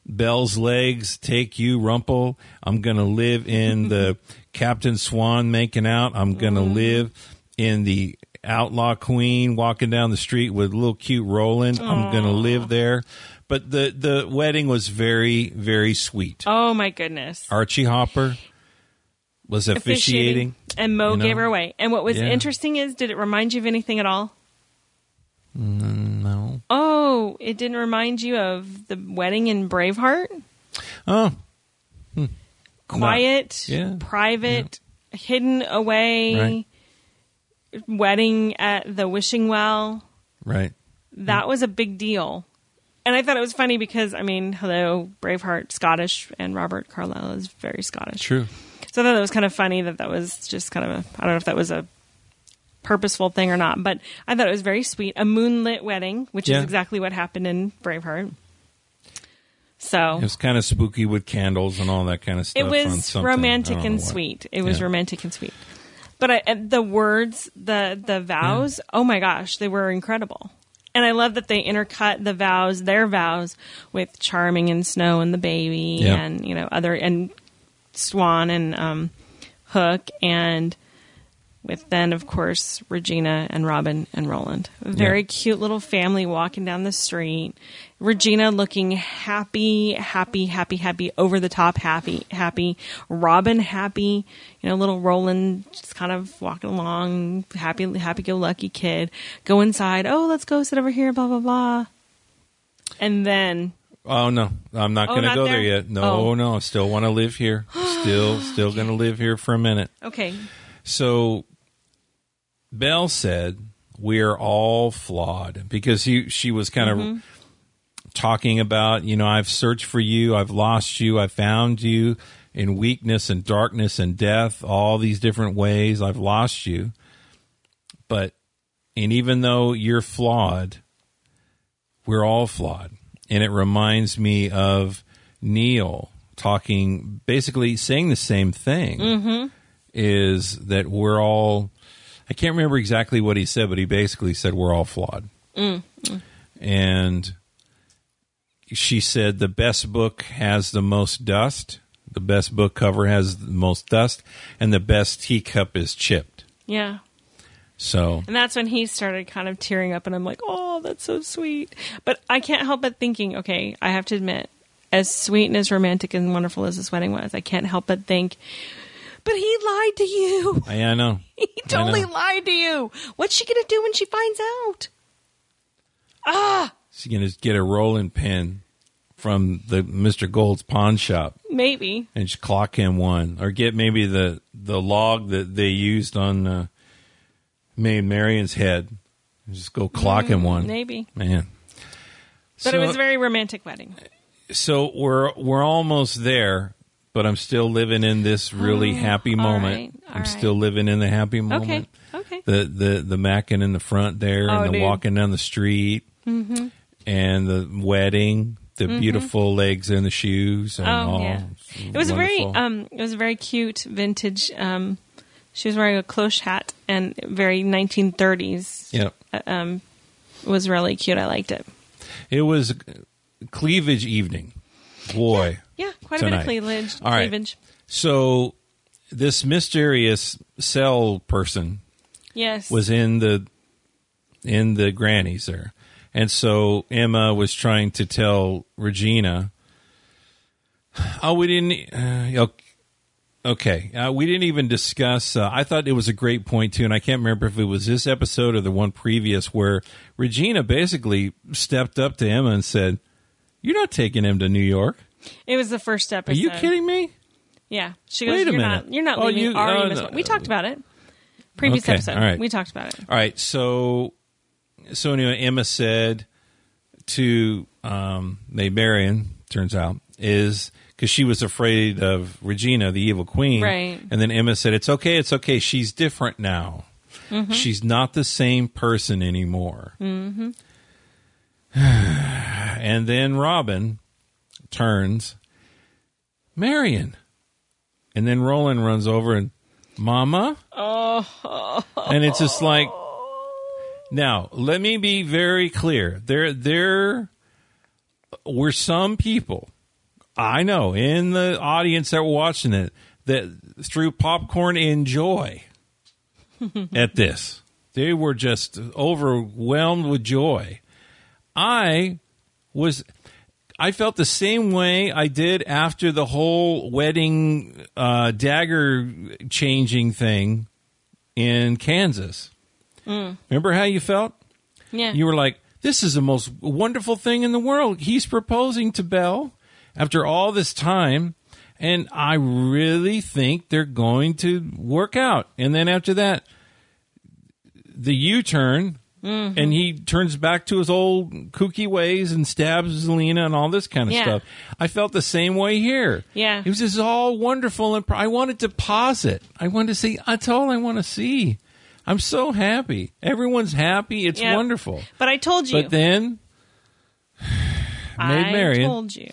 Speaker 2: Bell's legs take you rumple. I'm going to live in the Captain Swan making out. I'm going to live in the outlaw queen walking down the street with little cute Roland. I'm going to live there. But the the wedding was very very sweet.
Speaker 3: oh my goodness.
Speaker 2: Archie Hopper was officiating.
Speaker 3: And Mo
Speaker 2: you know?
Speaker 3: gave her away. And what was
Speaker 2: Yeah.
Speaker 3: interesting is, did it remind you of anything at all?
Speaker 2: Mm, No.
Speaker 3: Oh, it didn't remind you of the wedding in Braveheart?
Speaker 2: Oh,
Speaker 3: Quiet,
Speaker 2: yeah,
Speaker 3: private, hidden away, wedding at the wishing well.
Speaker 2: right. Mm.
Speaker 3: That was a big deal. And I thought it was funny because, I mean, hello, Braveheart, Scottish, and Robert Carlyle is very Scottish.
Speaker 2: True.
Speaker 3: So I thought that was kind of funny that that was just kind of a, I don't know if that was a purposeful thing or not, but I thought it was very sweet. A moonlit wedding, which
Speaker 2: Yeah.
Speaker 3: is exactly what happened in Braveheart. So
Speaker 2: It was kind of spooky with candles and all that kind of stuff.
Speaker 3: it
Speaker 2: on
Speaker 3: was
Speaker 2: something. I
Speaker 3: romantic
Speaker 2: don't know
Speaker 3: and
Speaker 2: what.
Speaker 3: sweet. It was
Speaker 2: Yeah.
Speaker 3: romantic and sweet. But I, and the words, the the vows, oh my gosh, they were incredible. And I love that they intercut the vows, their vows, with charming and snow and the baby,
Speaker 2: Yeah.
Speaker 3: and you know other and Swan and um, Hook, and with then of course Regina and Robin and Roland. A very
Speaker 2: Yeah.
Speaker 3: cute little family walking down the street. Regina looking happy, happy, happy, happy, over the top happy, happy. Robin happy, you know, little Roland just kind of walking along, happy, happy go lucky kid. Go inside. Oh, let's go sit over here. Blah blah blah. And then
Speaker 2: Oh no, I'm not
Speaker 3: Oh,
Speaker 2: going to
Speaker 3: not
Speaker 2: go there?
Speaker 3: there?
Speaker 2: yet. No,
Speaker 3: Oh.
Speaker 2: no, I still want to live here.
Speaker 3: [gasps]
Speaker 2: Still, still going to live here for a minute.
Speaker 3: okay,
Speaker 2: So Bell said, "We are all flawed," because he she was kind of talking about, you know, I've searched for you, I've lost you, I found you in weakness and darkness and death, all these different ways I've lost you. But and even though you're flawed, we're all flawed. And it reminds me of Neil talking, basically saying the same thing is that we're all, I can't remember exactly what he said, but he basically said we're all flawed. And she said the best book has the most dust, the best book cover has the most dust, and the best teacup is chipped.
Speaker 3: yeah.
Speaker 2: So,
Speaker 3: And that's when he started kind of tearing up, and I'm like, oh, that's so sweet. But I can't help but thinking, okay, I have to admit, as sweet and as romantic and wonderful as this wedding was, I can't help but think, but he lied to you. [laughs]
Speaker 2: I, I know.
Speaker 3: He totally
Speaker 2: know.
Speaker 3: lied to you. What's she going to do when she finds out?
Speaker 2: She's going to get a rolling pin from the Mr. Gold's pawn shop.
Speaker 3: Maybe.
Speaker 2: and just clock him one, or get maybe the the log that they used on uh, Maid Marian's head. And just go clock him one,
Speaker 3: Mm, Maybe.
Speaker 2: man.
Speaker 3: But
Speaker 2: so,
Speaker 3: it was a very romantic wedding.
Speaker 2: so we're we're almost there, but I'm still living in this really happy
Speaker 3: Oh, all
Speaker 2: moment.
Speaker 3: right, all
Speaker 2: I'm
Speaker 3: right.
Speaker 2: still living in the happy moment.
Speaker 3: Okay. Okay.
Speaker 2: The the the macking in the front there,
Speaker 3: Oh,
Speaker 2: and the
Speaker 3: dude. Mm-hmm.
Speaker 2: walking down the street, and the wedding, the beautiful legs and the shoes, and all.
Speaker 3: Oh, It was a very
Speaker 2: oh, Wonderful.
Speaker 3: um it was a very cute vintage um she was wearing a cloche hat and very 1930s.
Speaker 2: Yep.
Speaker 3: It was really cute. I liked it.
Speaker 2: It was cleavage evening. Boy.
Speaker 3: Yeah, quite a
Speaker 2: Tonight.
Speaker 3: bit of cleavage.
Speaker 2: All right.
Speaker 3: cleavage.
Speaker 2: So this mysterious cell person
Speaker 3: Yes.
Speaker 2: was in the in the grannies there. And so Emma was trying to tell Regina, "Oh, we didn't uh, ok- okay, uh, we didn't even discuss uh, I thought it was a great point too and I can't remember if it was this episode or the one previous where Regina basically stepped up to Emma and said, "You're not taking him to New York.
Speaker 3: it was the first
Speaker 2: Are
Speaker 3: episode.
Speaker 2: you kidding me?"
Speaker 3: Yeah. She goes,
Speaker 2: Wait a
Speaker 3: you're
Speaker 2: minute.
Speaker 3: not you're not
Speaker 2: Oh,
Speaker 3: leaving
Speaker 2: you-
Speaker 3: our
Speaker 2: oh,
Speaker 3: Miss-
Speaker 2: no.
Speaker 3: We talked about it. Previous
Speaker 2: Okay,
Speaker 3: episode.
Speaker 2: all right.
Speaker 3: We talked about it.
Speaker 2: All right. So, so anyway, Emma said to um, Maid Marian, turns out, is because she was afraid of Regina, the evil queen.
Speaker 3: Right.
Speaker 2: And then Emma said, It's okay. It's okay. She's different now. She's not the same person anymore. Mm-hmm. [sighs] and then Robin turns, Marion. And then Roland runs over and, Mama? and it's just like now let me be very clear there there were some people i know in the audience that were watching it that threw popcorn in joy at this they were just overwhelmed with joy i was I felt the same way I did after the whole wedding uh, dagger changing thing in Kansas. Remember how you felt?
Speaker 3: Yeah.
Speaker 2: You were like, this is the most wonderful thing in the world. He's proposing to Belle after all this time. And I really think they're going to work out. And then after that, the U turn,
Speaker 3: Mm-hmm.
Speaker 2: and he turns back to his old kooky ways and stabs Lena and all this kind of
Speaker 3: Yeah.
Speaker 2: stuff. I felt the same way here.
Speaker 3: Yeah.
Speaker 2: It was just all wonderful. And pr- I wanted to pause it. I wanted to see, that's all I want to see. I'm so happy. Everyone's happy. It's
Speaker 3: Yeah.
Speaker 2: wonderful.
Speaker 3: but I told you.
Speaker 2: But then
Speaker 3: I
Speaker 2: Marian-
Speaker 3: told you.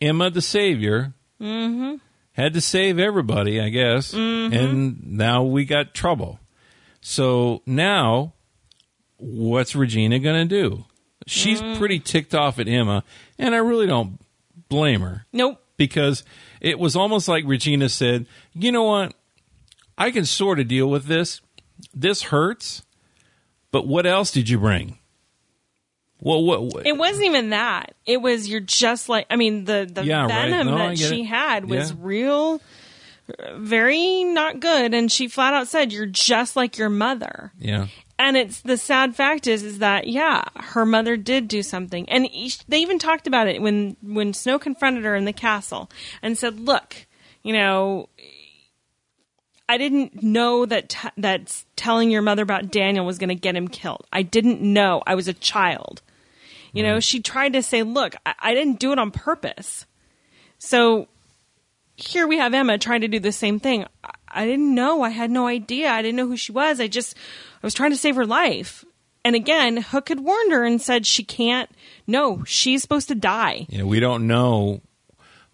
Speaker 2: Emma the Savior
Speaker 3: Mm-hmm.
Speaker 2: had to save everybody, I guess. And now we got trouble. So now, what's Regina going to do? She's
Speaker 3: Mm.
Speaker 2: pretty ticked off at Emma, and I really don't blame her
Speaker 3: Nope.
Speaker 2: because it was almost like Regina said, "You know what? I can sort of deal with this. This hurts, but what else did you bring? Well, what? what
Speaker 3: It wasn't even that. It was you're just like I mean the the
Speaker 2: Yeah, right.
Speaker 3: venom
Speaker 2: No, I
Speaker 3: that
Speaker 2: get
Speaker 3: she
Speaker 2: it.
Speaker 3: had was
Speaker 2: Yeah.
Speaker 3: real uh, very not good and she flat out said you're just like your mother.
Speaker 2: yeah,
Speaker 3: And it's the sad fact is is that yeah, her mother did do something, and each, they even talked about it when when Snow confronted her in the castle and said, "Look, you know, I didn't know that t- that telling your mother about Daniel was going to get him killed. I didn't know. I was a child. You know, she tried to say, "Look, I, I didn't do it on purpose." So here we have Emma trying to do the same thing. I, I didn't know. I had no idea. I didn't know who she was. I just I was trying to save her life. And again, Hook had warned her and said she can't. No, she's supposed to die.
Speaker 2: you know, we don't know."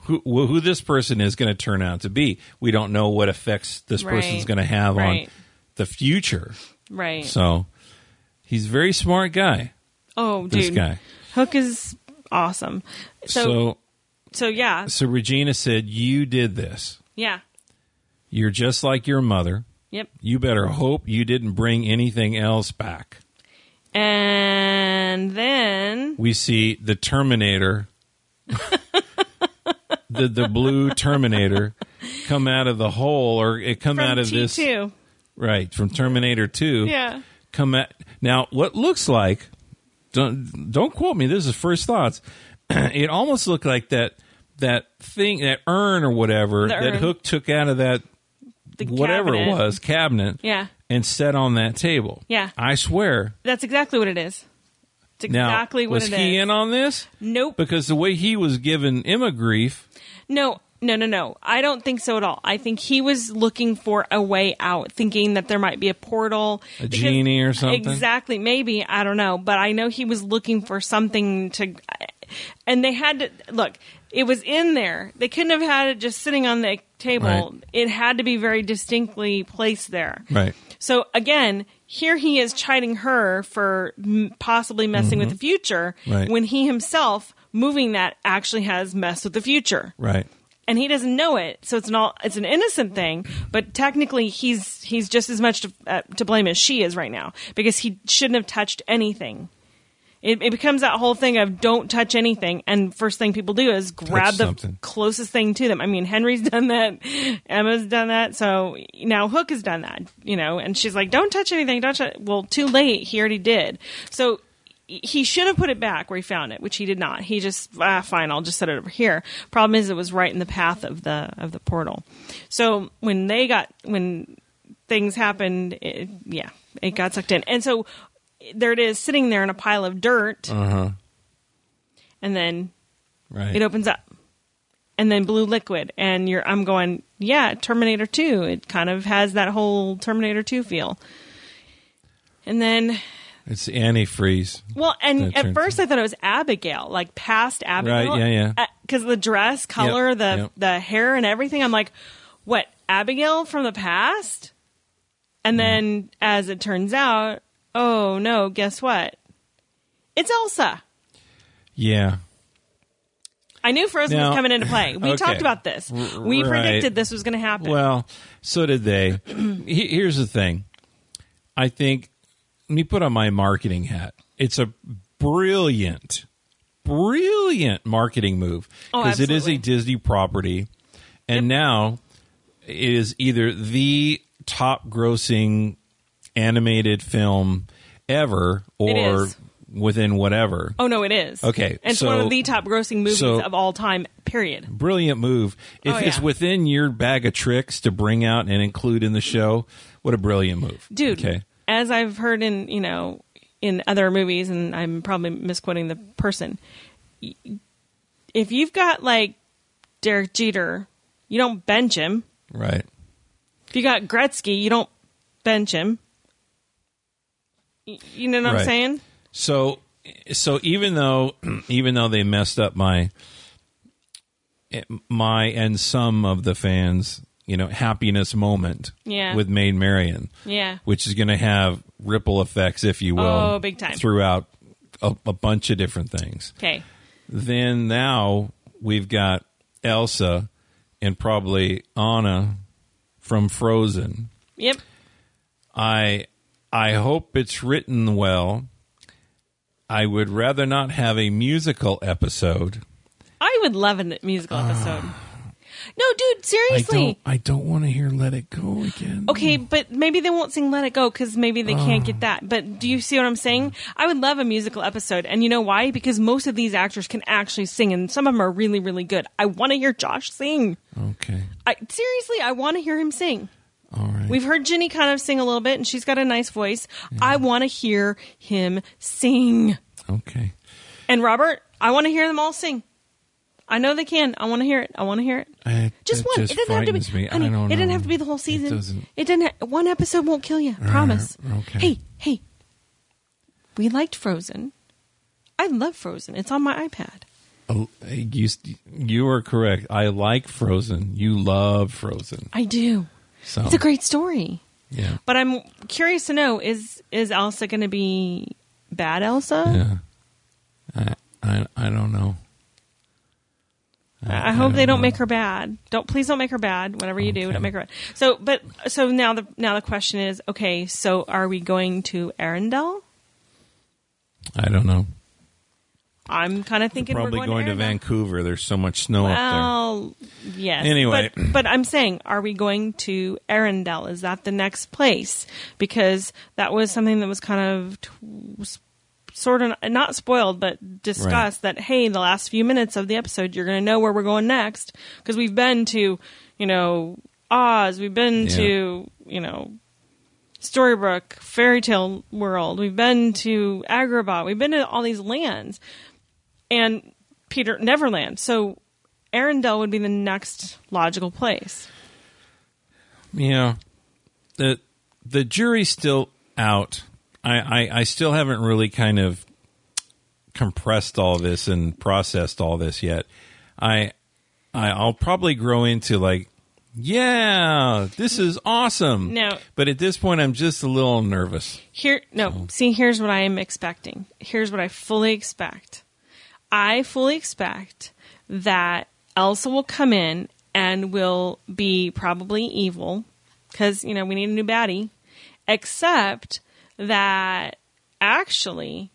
Speaker 2: Who, who this person is going to turn out to be. We don't know what effects this
Speaker 3: Right.
Speaker 2: person's going to have
Speaker 3: Right.
Speaker 2: on the future.
Speaker 3: Right.
Speaker 2: So he's a very smart guy,
Speaker 3: oh, dude.
Speaker 2: this guy.
Speaker 3: Hook is awesome. So so,
Speaker 2: so
Speaker 3: yeah.
Speaker 2: so Regina said, "You did this.
Speaker 3: Yeah.
Speaker 2: You're just like your mother.
Speaker 3: Yep.
Speaker 2: You better hope you didn't bring anything else back.
Speaker 3: And then
Speaker 2: We see the Terminator, [laughs] the the blue Terminator, come out of the hole, or it come
Speaker 3: from
Speaker 2: out of
Speaker 3: T2.
Speaker 2: this right from Terminator Two.
Speaker 3: Yeah.
Speaker 2: come at now. What looks like don't don't quote me. This is first thoughts. [clears throat] it almost looked like that that thing that urn or whatever
Speaker 3: The
Speaker 2: that
Speaker 3: urn.
Speaker 2: Hook took out of that
Speaker 3: The
Speaker 2: whatever
Speaker 3: cabinet.
Speaker 2: it was cabinet
Speaker 3: Yeah.
Speaker 2: and set on that table.
Speaker 3: Yeah.
Speaker 2: I swear.
Speaker 3: That's exactly what it is. It's
Speaker 2: Now,
Speaker 3: exactly what
Speaker 2: was
Speaker 3: it is.
Speaker 2: he in on this?
Speaker 3: Nope.
Speaker 2: Because the way he was giving Emma grief,
Speaker 3: No, no, no, no. I don't think so at all. I think he was looking for a way out, thinking that there might be a portal,
Speaker 2: a
Speaker 3: because-
Speaker 2: genie or something.
Speaker 3: Exactly. Maybe I don't know, but I know he was looking for something to, and they had to look. It was in there. They couldn't have had it just sitting on the table.
Speaker 2: Right.
Speaker 3: It had to be very distinctly placed there.
Speaker 2: Right.
Speaker 3: So again, here he is chiding her for m- possibly messing with the future
Speaker 2: Mm-hmm. Right.
Speaker 3: when he himself moving that actually has messed with the future.
Speaker 2: Right.
Speaker 3: and he doesn't know it. So it's an all it's an innocent thing, but technically he's he's just as much to, uh, to blame as she is right now because he shouldn't have touched anything. It, it becomes that whole thing of don't touch anything, and first thing people do is grab
Speaker 2: Touch
Speaker 3: the
Speaker 2: something.
Speaker 3: closest thing to them. I mean, Henry's [laughs] done that, Emma's done that, so now Hook has done that, you know, and she's like, don't touch anything, don't touch. Well, too late, he already did. So he should have put it back where he found it, which he did not. He just ah, fine, I'll just set it over here. Problem is, it was right in the path of the of the portal. So when they got when things happened, it, yeah, it got sucked in, and so there it is, sitting there in a pile of dirt, and then
Speaker 2: Right.
Speaker 3: it opens up, and then blue liquid, and you're I'm going, yeah, Terminator Two. It kind of has that whole Terminator Two feel, and then
Speaker 2: it's antifreeze.
Speaker 3: well,
Speaker 2: That
Speaker 3: and at
Speaker 2: turns
Speaker 3: first I thought it was Abigail, like past Abigail.
Speaker 2: Right, yeah, yeah.
Speaker 3: Because the dress, color,
Speaker 2: Yep,
Speaker 3: the
Speaker 2: yep.
Speaker 3: the hair, and everything. I'm like, what Abigail from the past? And
Speaker 2: Mm-hmm.
Speaker 3: then, as it turns out, oh no, guess what? It's Elsa.
Speaker 2: Yeah.
Speaker 3: I knew Frozen
Speaker 2: Now-
Speaker 3: was coming into play. We
Speaker 2: [laughs] okay.
Speaker 3: talked about this.
Speaker 2: R-
Speaker 3: we
Speaker 2: right.
Speaker 3: predicted this was going to happen.
Speaker 2: Well, so
Speaker 3: [clears throat]
Speaker 2: did they. He- Here's the thing. I think let me put on my marketing hat. It's a brilliant, brilliant marketing move
Speaker 3: Oh,
Speaker 2: it is a
Speaker 3: absolutely.
Speaker 2: Disney property, and now it is either the top-grossing animated film ever, or
Speaker 3: is.
Speaker 2: within whatever.
Speaker 3: oh no, it is.
Speaker 2: Okay,
Speaker 3: it's
Speaker 2: so-
Speaker 3: one of the top grossing movies
Speaker 2: so-
Speaker 3: of all time. Period.
Speaker 2: brilliant move. If
Speaker 3: Oh,
Speaker 2: it's
Speaker 3: yeah.
Speaker 2: within your bag of tricks to bring out and include in the show, what a brilliant move,
Speaker 3: dude
Speaker 2: Okay,
Speaker 3: as i've heard in you know in other movies and i'm probably misquoting the person y- if you've got like derek jeter you don't bench him
Speaker 2: right?
Speaker 3: if you got gretzky you don't bench him Y- you know what
Speaker 2: Right.
Speaker 3: i'm saying
Speaker 2: So, so even though [clears throat] even though they messed up my my and some of the fans, you know, happiness moment,
Speaker 3: Yeah.
Speaker 2: with Maid Marian,
Speaker 3: yeah
Speaker 2: which is going to have ripple effects, if you will,
Speaker 3: Oh, big time.
Speaker 2: throughout a, a bunch of different things.
Speaker 3: okay
Speaker 2: then now we've got Elsa and probably Anna from Frozen.
Speaker 3: yep
Speaker 2: I I hope it's written well. I would rather not have a musical episode.
Speaker 3: i would love a musical
Speaker 2: [sighs]
Speaker 3: episode no dude seriously
Speaker 2: I don't want to hear Let It Go again.
Speaker 3: Okay, but maybe they won't sing "Let It Go" because maybe they can't get that. But do you see what I'm saying? I would love a musical episode, and you know why? Because most of these actors can actually sing, and some of them are really, really good. I want to hear Josh sing.
Speaker 2: Okay.
Speaker 3: I seriously, I want to hear him sing.
Speaker 2: All right.
Speaker 3: We've heard Jenny kind of sing a little bit, and she's got a nice voice. I want to hear him sing.
Speaker 2: okay.
Speaker 3: And Robert, I want to hear them all sing. I know they can. I want to hear it. I want to hear it.
Speaker 2: I-
Speaker 3: Just
Speaker 2: Uh, that
Speaker 3: one. it doesn't have to
Speaker 2: frightens
Speaker 3: be.
Speaker 2: me. I
Speaker 3: Honey,
Speaker 2: don't
Speaker 3: it doesn't
Speaker 2: know.
Speaker 3: have to be the whole season.
Speaker 2: It doesn't.
Speaker 3: It doesn't. Ha- one episode won't kill you. Promise.
Speaker 2: okay.
Speaker 3: Hey, hey. We liked Frozen. I love Frozen. It's on my iPad.
Speaker 2: Oh, you, you are correct. I like Frozen. You love Frozen.
Speaker 3: I do.
Speaker 2: So
Speaker 3: It's a great story.
Speaker 2: yeah.
Speaker 3: But I'm curious to know is is Elsa going to be bad Elsa?
Speaker 2: Yeah. I, I, I don't know.
Speaker 3: I, hope they don't make her bad. Don't please don't make her bad. Whatever you do,
Speaker 2: Okay.
Speaker 3: don't make her bad. So, but so now the now the question is, okay, so are we going to Arendelle?
Speaker 2: I don't know.
Speaker 3: I'm kind of thinking
Speaker 2: Probably
Speaker 3: we're
Speaker 2: going, to,
Speaker 3: Arendelle.
Speaker 2: Vancouver. There's so much snow up
Speaker 3: Well, yes.
Speaker 2: Anyway.
Speaker 3: but, but I'm saying, are we going to Arendelle? Is that the next place? Because that was something that was kind of t- s- sort of not spoiled, but discussed. That hey, the last few minutes of the episode, you're going to know where we're going next because we've been to, you know, Oz. We've been
Speaker 2: Yeah.
Speaker 3: to, you know. Storybrooke, Fairy Tale World. We've been to Agrabah. We've been to all these lands and Peter Neverland. So Arendelle would be the next logical place.
Speaker 2: there. Yeah. The the jury's still out. I, I, I still haven't really kind of compressed all this and processed all this yet. I, I I'll probably grow into like, yeah, this is awesome.
Speaker 3: No.
Speaker 2: But at this point I'm just a little nervous.
Speaker 3: Here, no, see, here's what I am expecting. Here's what I fully expect. I fully expect that Elsa will come in and will be probably evil because, you know, we need a new baddie. Except that actually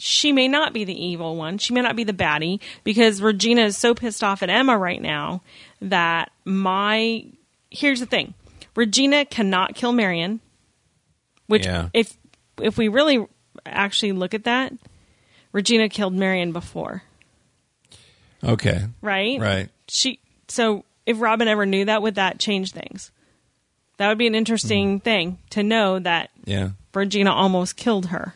Speaker 3: she may not be the evil one. She may not be the baddie because Regina is so pissed off at Emma right now that my. Here's the thing Regina cannot kill Marion, which,
Speaker 2: Yeah.
Speaker 3: if, if we really actually look at that, Regina killed Marion before,
Speaker 2: Okay.
Speaker 3: right?
Speaker 2: Right.
Speaker 3: She so if Robin ever knew that, would that change things? That would be an interesting thing to know that
Speaker 2: Yeah.
Speaker 3: Regina almost killed her.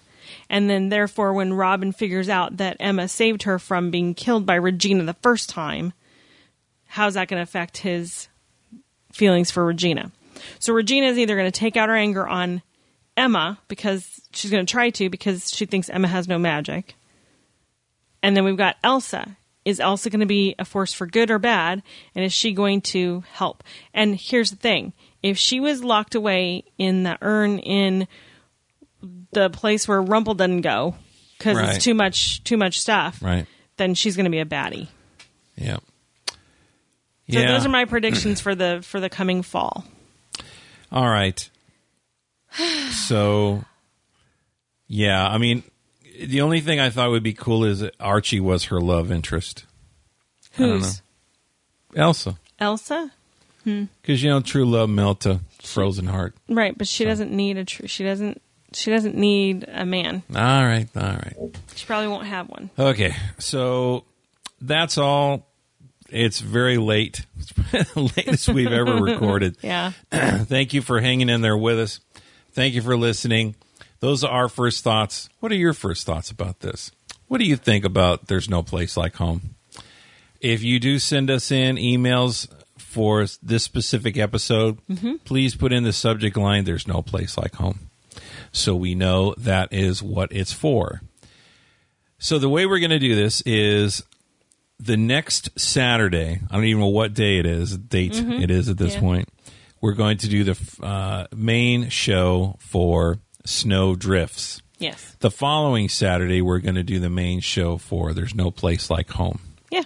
Speaker 3: And then, therefore, when Robin figures out that Emma saved her from being killed by Regina the first time, how's that going to affect his feelings for Regina? So, Regina is either going to take out her anger on Emma because she's going to try to because she thinks Emma has no magic. And then we've got Elsa. Is Elsa going to be a force for good or bad? And is she going to help? And here's the thing if she was locked away in the urn in the place where Rumple doesn't go because
Speaker 2: Right.
Speaker 3: it's too much too much stuff,
Speaker 2: Right.
Speaker 3: then she's going to be a baddie.
Speaker 2: Yeah.
Speaker 3: So
Speaker 2: yeah.
Speaker 3: those are my
Speaker 2: [clears throat]
Speaker 3: predictions for the for the coming fall. [sighs]
Speaker 2: All right. So, yeah, I mean, the only thing I thought would be cool is that Archie was her love interest, don't
Speaker 3: Who's
Speaker 2: Elsa,
Speaker 3: Elsa?
Speaker 2: because you know, true love melts a frozen heart.
Speaker 3: Right, but she doesn't need a tr- she doesn't she doesn't need a man.
Speaker 2: All right, all right.
Speaker 3: She probably won't have one.
Speaker 2: Okay, so that's all. It's very late. [laughs] It's the latest we've
Speaker 3: [laughs]
Speaker 2: ever recorded. [laughs]
Speaker 3: Yeah.
Speaker 2: Thank you for hanging in there with us. Thank you for listening. Those are our first thoughts. What are your first thoughts about this? What do you think about There's No Place Like Home? If you do send us in emails for this specific episode, please put in the subject line There's No Place Like Home. So we know that is what it's for. So the way we're going to do this is the next Saturday. I don't even know what day it is, date it is at this
Speaker 3: Yeah.
Speaker 2: point. We're going to do the uh, main show for Snow Drifts.
Speaker 3: Yes.
Speaker 2: The following Saturday, we're going to do the main show for There's No Place Like Home.
Speaker 3: Yeah.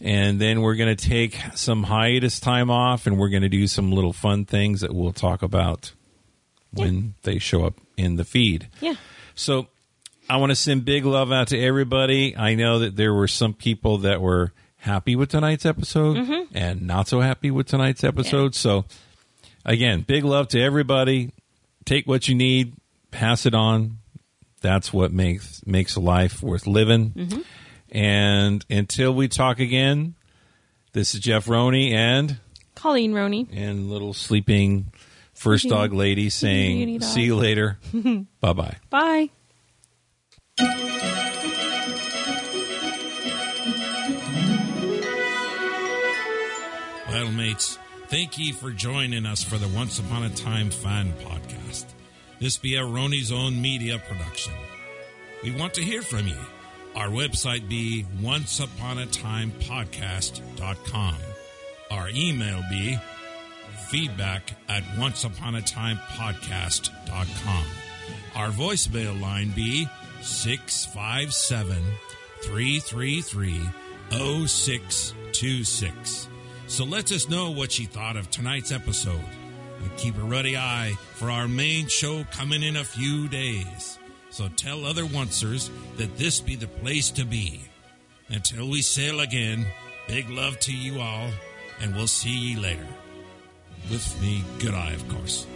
Speaker 2: And then we're going to take some hiatus time off and we're going to do some little fun things that we'll talk about when they show up in the feed.
Speaker 3: Yeah.
Speaker 2: So I want to send big love out to everybody. I know that there were some people that were happy with tonight's episode
Speaker 3: Mm-hmm.
Speaker 2: and not so happy with tonight's episode. So again, big love to everybody. Take what you need, pass it on. That's what makes makes a life worth living.
Speaker 3: Mm-hmm.
Speaker 2: And until we talk again, this is Jeff Roney and
Speaker 3: Colleen Roney.
Speaker 2: and little sleeping first
Speaker 3: Sleeping
Speaker 2: dog lady saying,
Speaker 3: beauty dog.
Speaker 2: "See
Speaker 3: [laughs]
Speaker 2: you later. bye bye."
Speaker 3: Bye.
Speaker 1: Well, mates, thank ye for joining us for the Once Upon a Time Fan Podcast. This be a Roni's Own Media production. We want to hear from you. Our website be onceuponatimepodcast.com. Our email be feedback at onceuponatimepodcast.com. Our voicemail line be 657 333 0626. So let us know what you thought of tonight's episode and keep a ready eye for our main show coming in a few days. So tell other oncers that this be the place to be. Until we sail again, big love to you all, and we'll see ye later with me, good eye, of course.